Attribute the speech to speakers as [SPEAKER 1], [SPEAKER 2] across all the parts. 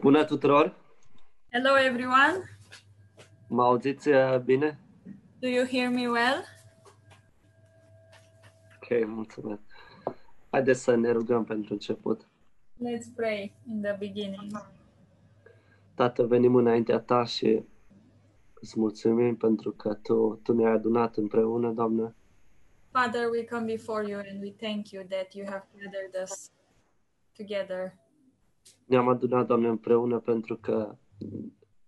[SPEAKER 1] Bună tuturor!
[SPEAKER 2] Hello, everyone.
[SPEAKER 1] Mă auziți uh, bine?
[SPEAKER 2] Do you hear me well?
[SPEAKER 1] Ok, mulțumesc. Haideți să ne rugăm pentru început.
[SPEAKER 2] Let's pray in the beginning.
[SPEAKER 1] Tată, venim înaintea ta și îți mulțumim pentru că tu, tu ne-ai adunat împreună, Doamne.
[SPEAKER 2] Father, we come before you and we thank you that you have gathered us together.
[SPEAKER 1] Ne-am adunat, Doamne, împreună pentru că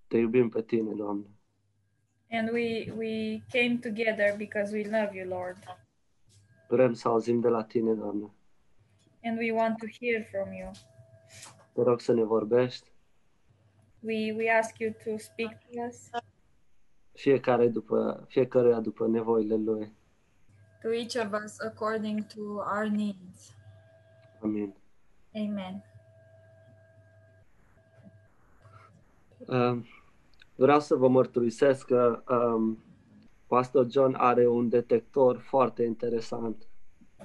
[SPEAKER 1] te iubim pe tine, Doamne.
[SPEAKER 2] And we we came together because we love you, Lord,
[SPEAKER 1] Vrem să auzim de la tine, Doamne.
[SPEAKER 2] and we want to hear from you.
[SPEAKER 1] Te rog să ne vorbești,
[SPEAKER 2] We we ask you to speak to us,
[SPEAKER 1] fiecare după, fiecăruia după nevoile lui.
[SPEAKER 2] to each of us according to our needs.
[SPEAKER 1] Amin.
[SPEAKER 2] Amen.
[SPEAKER 1] Um, vreau să vă mărturisesc că um, Pastor John are un detector foarte interesant.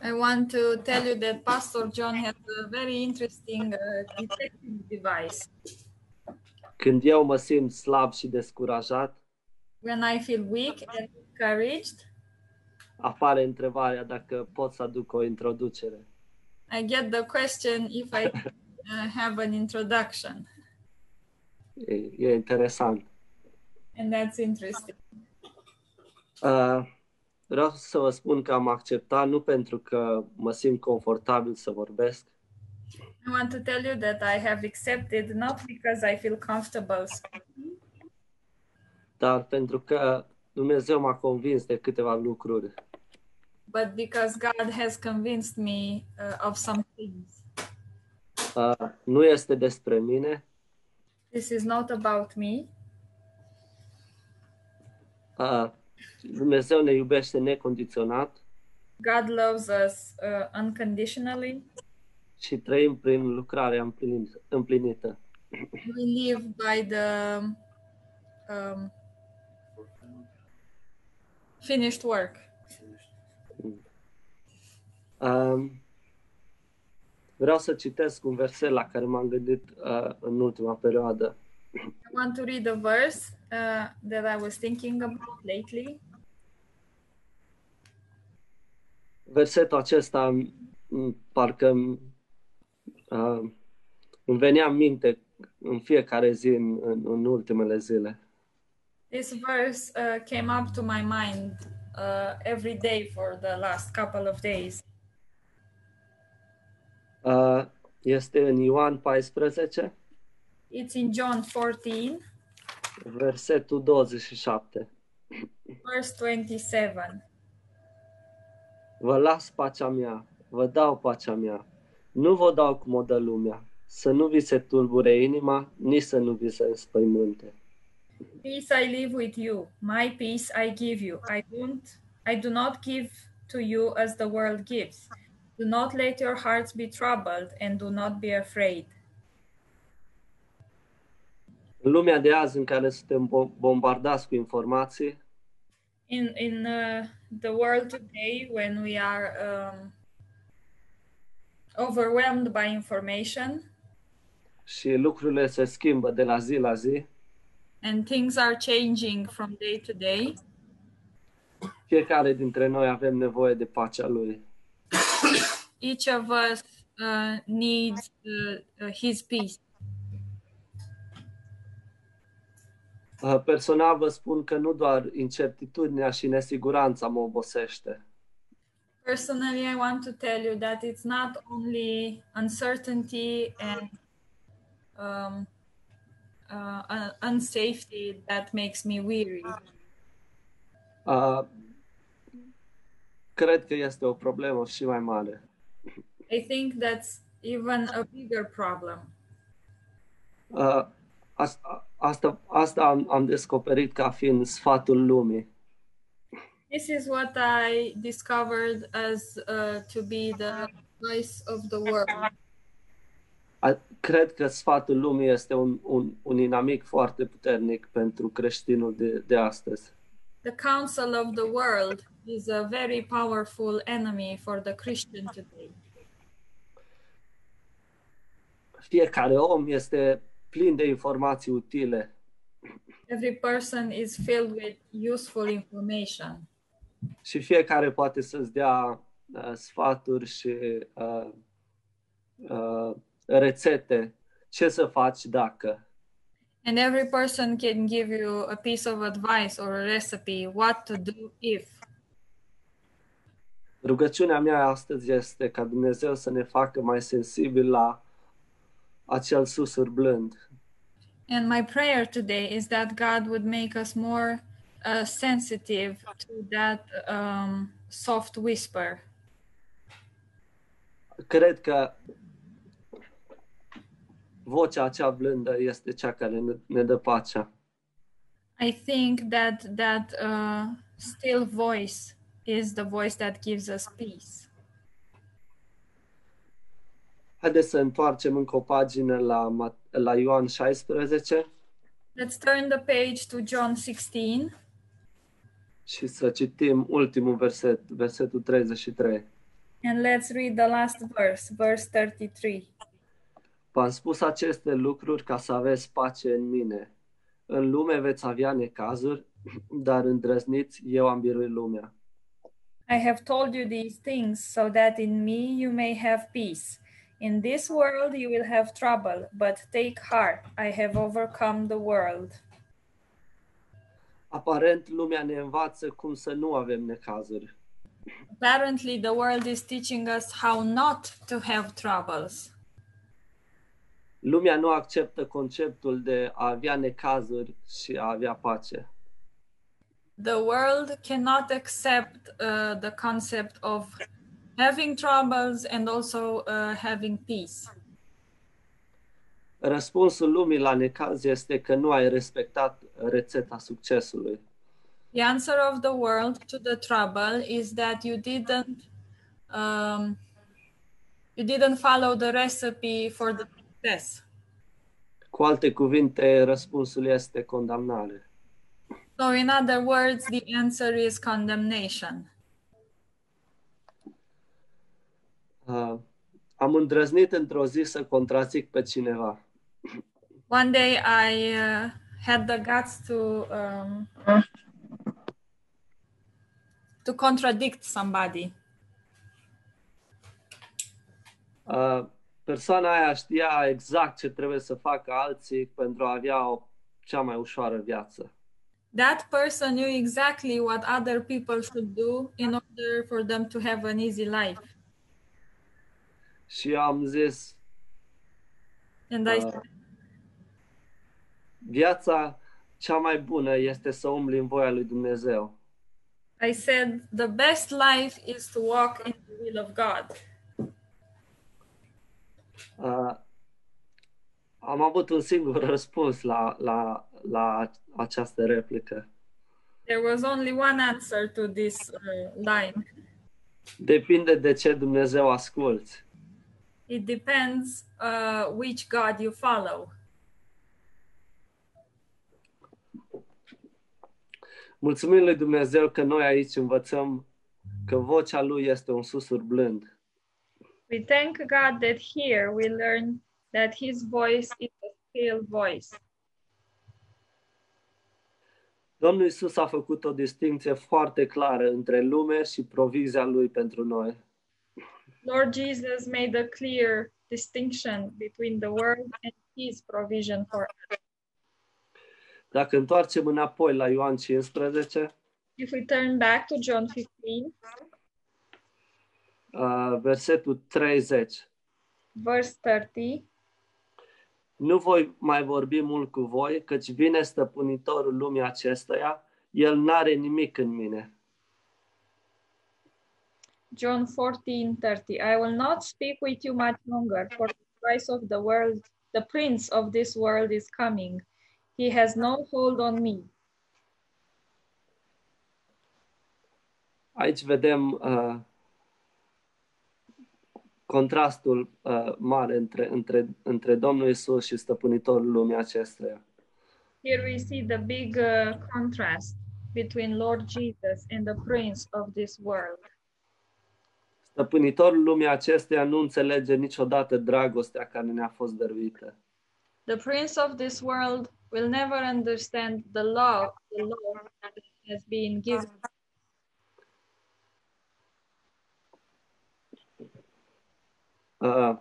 [SPEAKER 2] I want to tell you that Pastor John has a very interesting uh, detective device.
[SPEAKER 1] Când eu mă simt slab și descurajat,
[SPEAKER 2] When I feel weak and encouraged,
[SPEAKER 1] apare întrebarea dacă pot să aduc o introducere.
[SPEAKER 2] I get the question if I uh, have an introduction,
[SPEAKER 1] E, e interesant.
[SPEAKER 2] and that's interesting.
[SPEAKER 1] Uh, vreau să vă spun că am acceptat nu pentru că mă simt confortabil să vorbesc,
[SPEAKER 2] I want to tell you that I have accepted not because I feel comfortable,
[SPEAKER 1] dar pentru că Dumnezeu m-a convins de câteva lucruri.
[SPEAKER 2] but because God has convinced me uh, of some things.
[SPEAKER 1] Uh, nu este despre mine,
[SPEAKER 2] This is not about me.
[SPEAKER 1] uh, Dumnezeu ne iubește necondiționat
[SPEAKER 2] God loves us uh, unconditionally.
[SPEAKER 1] și trăim prin lucrarea împlin- împlinită.
[SPEAKER 2] We live by the um, finished work.
[SPEAKER 1] Uh, vreau să citesc un verset la care m-am gândit uh, în ultima perioadă.
[SPEAKER 2] I want to read a verse uh, that I was thinking about lately.
[SPEAKER 1] versetul acesta m- m- parcă m- uh, îmi venea în minte în fiecare zi, în, în, în ultimele zile.
[SPEAKER 2] This verse uh, came up to my mind uh, every day for the last couple of days.
[SPEAKER 1] Uh, este în Ioan 14,
[SPEAKER 2] It's in John 14,
[SPEAKER 1] versetul 27.
[SPEAKER 2] verse 27.
[SPEAKER 1] Vă las pacea mea, vă dau pacea mea. Nu vă dau cum o dă lumea. Să nu vi se tulbure inima, nici să nu vi se înspăimânte.
[SPEAKER 2] Peace I leave with you, my peace I give you. I don't I do not give to you as the world gives. Do not let your hearts be troubled and do not be afraid.
[SPEAKER 1] În lumea de azi în care suntem bom- bombardați cu informații,
[SPEAKER 2] In in uh, the world today when we are um, overwhelmed by information,
[SPEAKER 1] și lucrurile se schimbă de la zi la zi,
[SPEAKER 2] and things are changing from day to day.
[SPEAKER 1] Fiecare dintre noi avem nevoie de pacea lui.
[SPEAKER 2] Each of us uh, needs uh, uh, his peace.
[SPEAKER 1] Uh, Personal vă spun că nu doar incertitudinea și nesiguranța mă obosește,
[SPEAKER 2] Personally, I want to tell you that it's not only uncertainty and um, uh, un- unsafety that makes me weary.
[SPEAKER 1] Uh, cred că este o problemă și mai mare.
[SPEAKER 2] I think that's even a bigger problem.
[SPEAKER 1] Uh, Asta, asta, asta am, am descoperit ca fiind sfatul lumii.
[SPEAKER 2] This is what I discovered as uh, to be the voice of the world.
[SPEAKER 1] A- Cred că sfatul lumii este un, un, un inamic foarte puternic pentru creștinul de, de astăzi.
[SPEAKER 2] The counsel of the world is a very powerful enemy for the Christian today.
[SPEAKER 1] Fiecare om este plin de informații utile.
[SPEAKER 2] Every person is filled with useful information,
[SPEAKER 1] și fiecare poate să-ți dea uh, sfaturi și uh, uh, rețete ce să faci dacă.
[SPEAKER 2] and every person can give you a piece of advice or a recipe what to do if.
[SPEAKER 1] Rugăciunea mea astăzi este ca Dumnezeu să ne facă mai sensibili la acel susur blând,
[SPEAKER 2] And my prayer today is that God would make us more uh, sensitive to that um, soft whisper.
[SPEAKER 1] cred că vocea acea blândă este cea care ne- ne dă pacea.
[SPEAKER 2] I think that that uh, still voice is the voice that gives us peace.
[SPEAKER 1] Haideți să întoarcem încă o pagină la, Ma- la Ioan 16
[SPEAKER 2] Let's turn the page to John 16
[SPEAKER 1] și să citim ultimul verset, versetul 33.
[SPEAKER 2] and let's read the last verse, verse 33.
[SPEAKER 1] V-am spus aceste lucruri ca să aveți pace în mine. În lume veți avea necazuri, dar îndrăzniți, eu am biruit lumea.
[SPEAKER 2] I have told you these things so that in me you may have peace. In this world you will have trouble, but take heart, I have overcome the world.
[SPEAKER 1] Aparent, lumea ne învață cum să nu avem necazuri,
[SPEAKER 2] Apparently, the world is teaching us how not to have troubles.
[SPEAKER 1] Lumea nu acceptă conceptul de a avea necazuri și a avea pace.
[SPEAKER 2] The world cannot accept uh, the concept of having troubles and also uh, having peace.
[SPEAKER 1] Răspunsul lumii la necaz este că nu ai respectat rețeta succesului.
[SPEAKER 2] The answer of the world to the trouble is that you didn't um, you didn't follow the recipe for the success.
[SPEAKER 1] Cu alte cuvinte, răspunsul este condamnare.
[SPEAKER 2] So in other words, the answer is condemnation.
[SPEAKER 1] Uh, am îndrăznit într-o zi să contrazic pe cineva.
[SPEAKER 2] One day I uh, had the guts to um, to contradict somebody.
[SPEAKER 1] Uh, persoana aia știa exact ce trebuie să facă alții pentru a avea o cea mai ușoară viață.
[SPEAKER 2] That person knew exactly what other people should do in order for them to have an easy life.
[SPEAKER 1] Și eu am zis,
[SPEAKER 2] And I
[SPEAKER 1] Ah. viața cea mai bună este să umbli în voia lui Dumnezeu.
[SPEAKER 2] I said the best life is to walk in the will of God.
[SPEAKER 1] Uh, am avut un singur răspuns la, la, la această replică.
[SPEAKER 2] There was only one answer to this uh, line.
[SPEAKER 1] Depinde de ce Dumnezeu asculți.
[SPEAKER 2] It depends uh, which God you follow.
[SPEAKER 1] Mulțumim lui Dumnezeu că noi aici învățăm că vocea lui este un susur blând.
[SPEAKER 2] We thank God that here we learn that His voice is a still voice.
[SPEAKER 1] Domnul Isus a făcut o distinție foarte clară între lume și provizia lui pentru noi.
[SPEAKER 2] Lord Jesus made a clear distinction between the world and His provision for us.
[SPEAKER 1] Dacă întoarcem înapoi la Ioan 15,
[SPEAKER 2] If we turn back to John 15,
[SPEAKER 1] uh, versetul 30.
[SPEAKER 2] verse 30,
[SPEAKER 1] Nu voi mai vorbi mult cu voi, căci vine stăpânitorul lumii acesteia, el n-are nimic în mine.
[SPEAKER 2] John 14 30. I will not speak with you much longer, for the price of the world, the prince of this world is coming. He has no hold on me.
[SPEAKER 1] Aici vedem uh, contrastul uh, mare între, între, între Domnul Isus și stăpânitorul lumii acesteia.
[SPEAKER 2] Here we see the big uh, contrast between Lord Jesus and the prince of this world.
[SPEAKER 1] Stăpânitorul lumii acesteia nu înțelege niciodată dragostea care ne-a fost dăruită.
[SPEAKER 2] The prince of this world will never understand the law, the law that has been given.
[SPEAKER 1] Uh,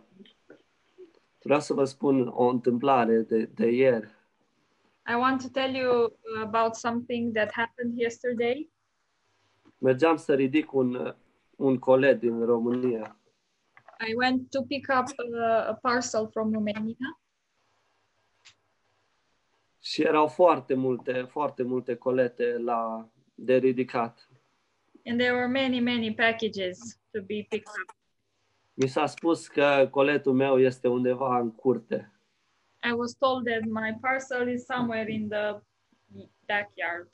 [SPEAKER 1] vreau să vă spun o întâmplare de, de ieri.
[SPEAKER 2] I want to tell you about something that happened yesterday.
[SPEAKER 1] Mergeam să ridic un, uh, un colet din România
[SPEAKER 2] I went to pick up uh, a parcel from Romania
[SPEAKER 1] și erau foarte multe, foarte multe colete la de ridicat.
[SPEAKER 2] and there were many, many packages to be picked up.
[SPEAKER 1] Mi s-a spus că coletul meu este undeva în curte.
[SPEAKER 2] I was told that my parcel is somewhere in the backyard.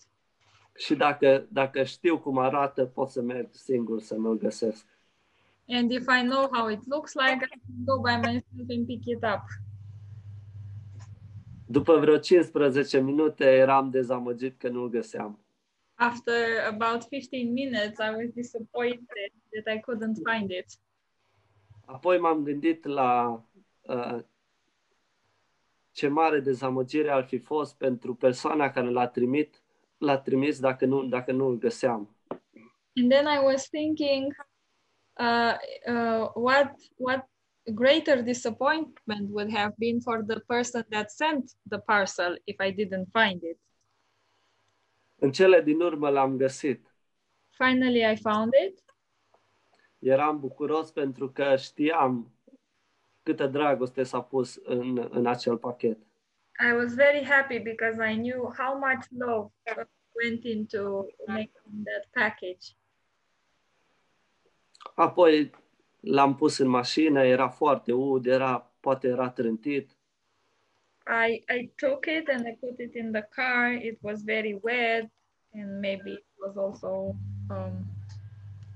[SPEAKER 1] Și dacă, dacă știu cum arată, pot să merg singur să mă găsesc.
[SPEAKER 2] And if I know how it looks like, I can go by myself and pick it up.
[SPEAKER 1] După vreo 15 minute eram dezamăgit că nu-l găseam.
[SPEAKER 2] After about 15 minutes, I was disappointed that I couldn't find it.
[SPEAKER 1] Apoi m-am gândit la uh, ce mare dezamăgire ar fi fost pentru persoana care l-a trimit, l-a trimis dacă nu, dacă nu îl găseam.
[SPEAKER 2] And then I was thinking, uh, uh, what what greater disappointment would have been for the person that sent the parcel if I didn't find it.
[SPEAKER 1] În cele din urmă l-am găsit.
[SPEAKER 2] Finally, I found it.
[SPEAKER 1] Eram bucuros pentru că știam câtă dragoste s-a pus în, în acel pachet.
[SPEAKER 2] I was very happy because I knew how much love went into making that package.
[SPEAKER 1] Apoi l-am pus în mașină, era foarte ud, era, poate era trântit.
[SPEAKER 2] I I took it and I put it in the car. It was very wet, and maybe it was also um,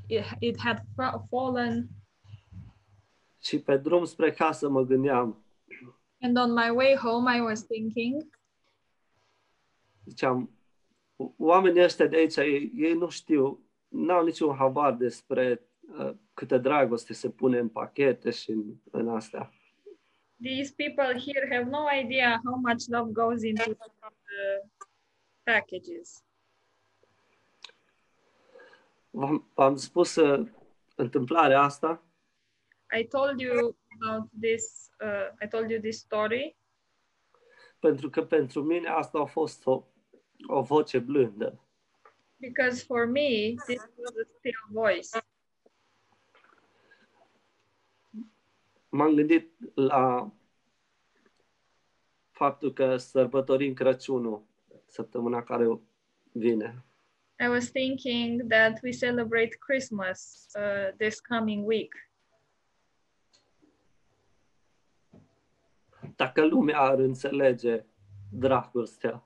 [SPEAKER 2] it it had fa- fallen.
[SPEAKER 1] Și pe drum spre casă mă gândeam,
[SPEAKER 2] And on my way home, I was thinking,
[SPEAKER 1] ziceam, "O- oamenii ăștia de aici, ei, ei nu știu, n-au niciun habar despre uh, câtă dragoste se pune în pachete și în, în astea.
[SPEAKER 2] these people here have no idea how much love goes into the packages.
[SPEAKER 1] V-am, v-am spus uh, întâmplarea asta
[SPEAKER 2] I told you about this. Uh, I told you this story
[SPEAKER 1] pentru că pentru mine asta a fost o, o voce blândă.
[SPEAKER 2] because for me, this was a still voice.
[SPEAKER 1] M-am gândit la faptul că sărbătorim Crăciunul săptămâna care vine.
[SPEAKER 2] I was thinking that we celebrate Christmas uh, this coming week.
[SPEAKER 1] Dacă lumea ar înțelege dragostea,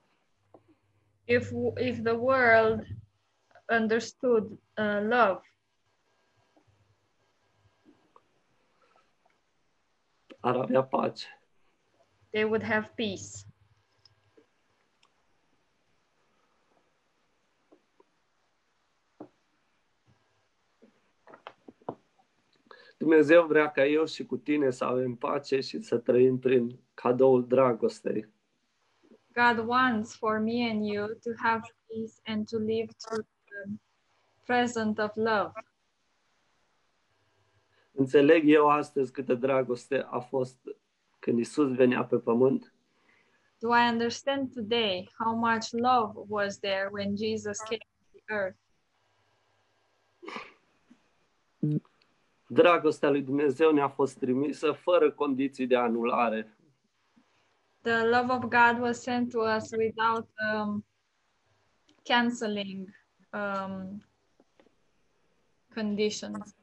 [SPEAKER 2] If w- if the world understood uh, love,
[SPEAKER 1] ar avea pace.
[SPEAKER 2] they would have peace.
[SPEAKER 1] Dumnezeu vrea ca eu și cu tine să avem pace și să trăim prin cadoul dragostei.
[SPEAKER 2] God wants for me and you to have peace and to live through the present of love.
[SPEAKER 1] Înțeleg eu astăzi câtă dragoste a fost când Isus venea pe pământ
[SPEAKER 2] Do I understand today how much love was there when Jesus came to the earth?
[SPEAKER 1] Dragostea lui Dumnezeu ne-a fost trimisă fără condiții de anulare.
[SPEAKER 2] The love of God was sent to us without um, canceling um, conditions.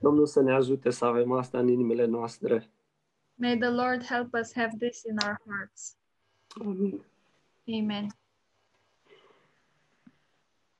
[SPEAKER 1] Domnul să ne ajute să avem asta în inimile noastre.
[SPEAKER 2] May the Lord help us have this in our hearts.
[SPEAKER 1] Amin.
[SPEAKER 2] Amen.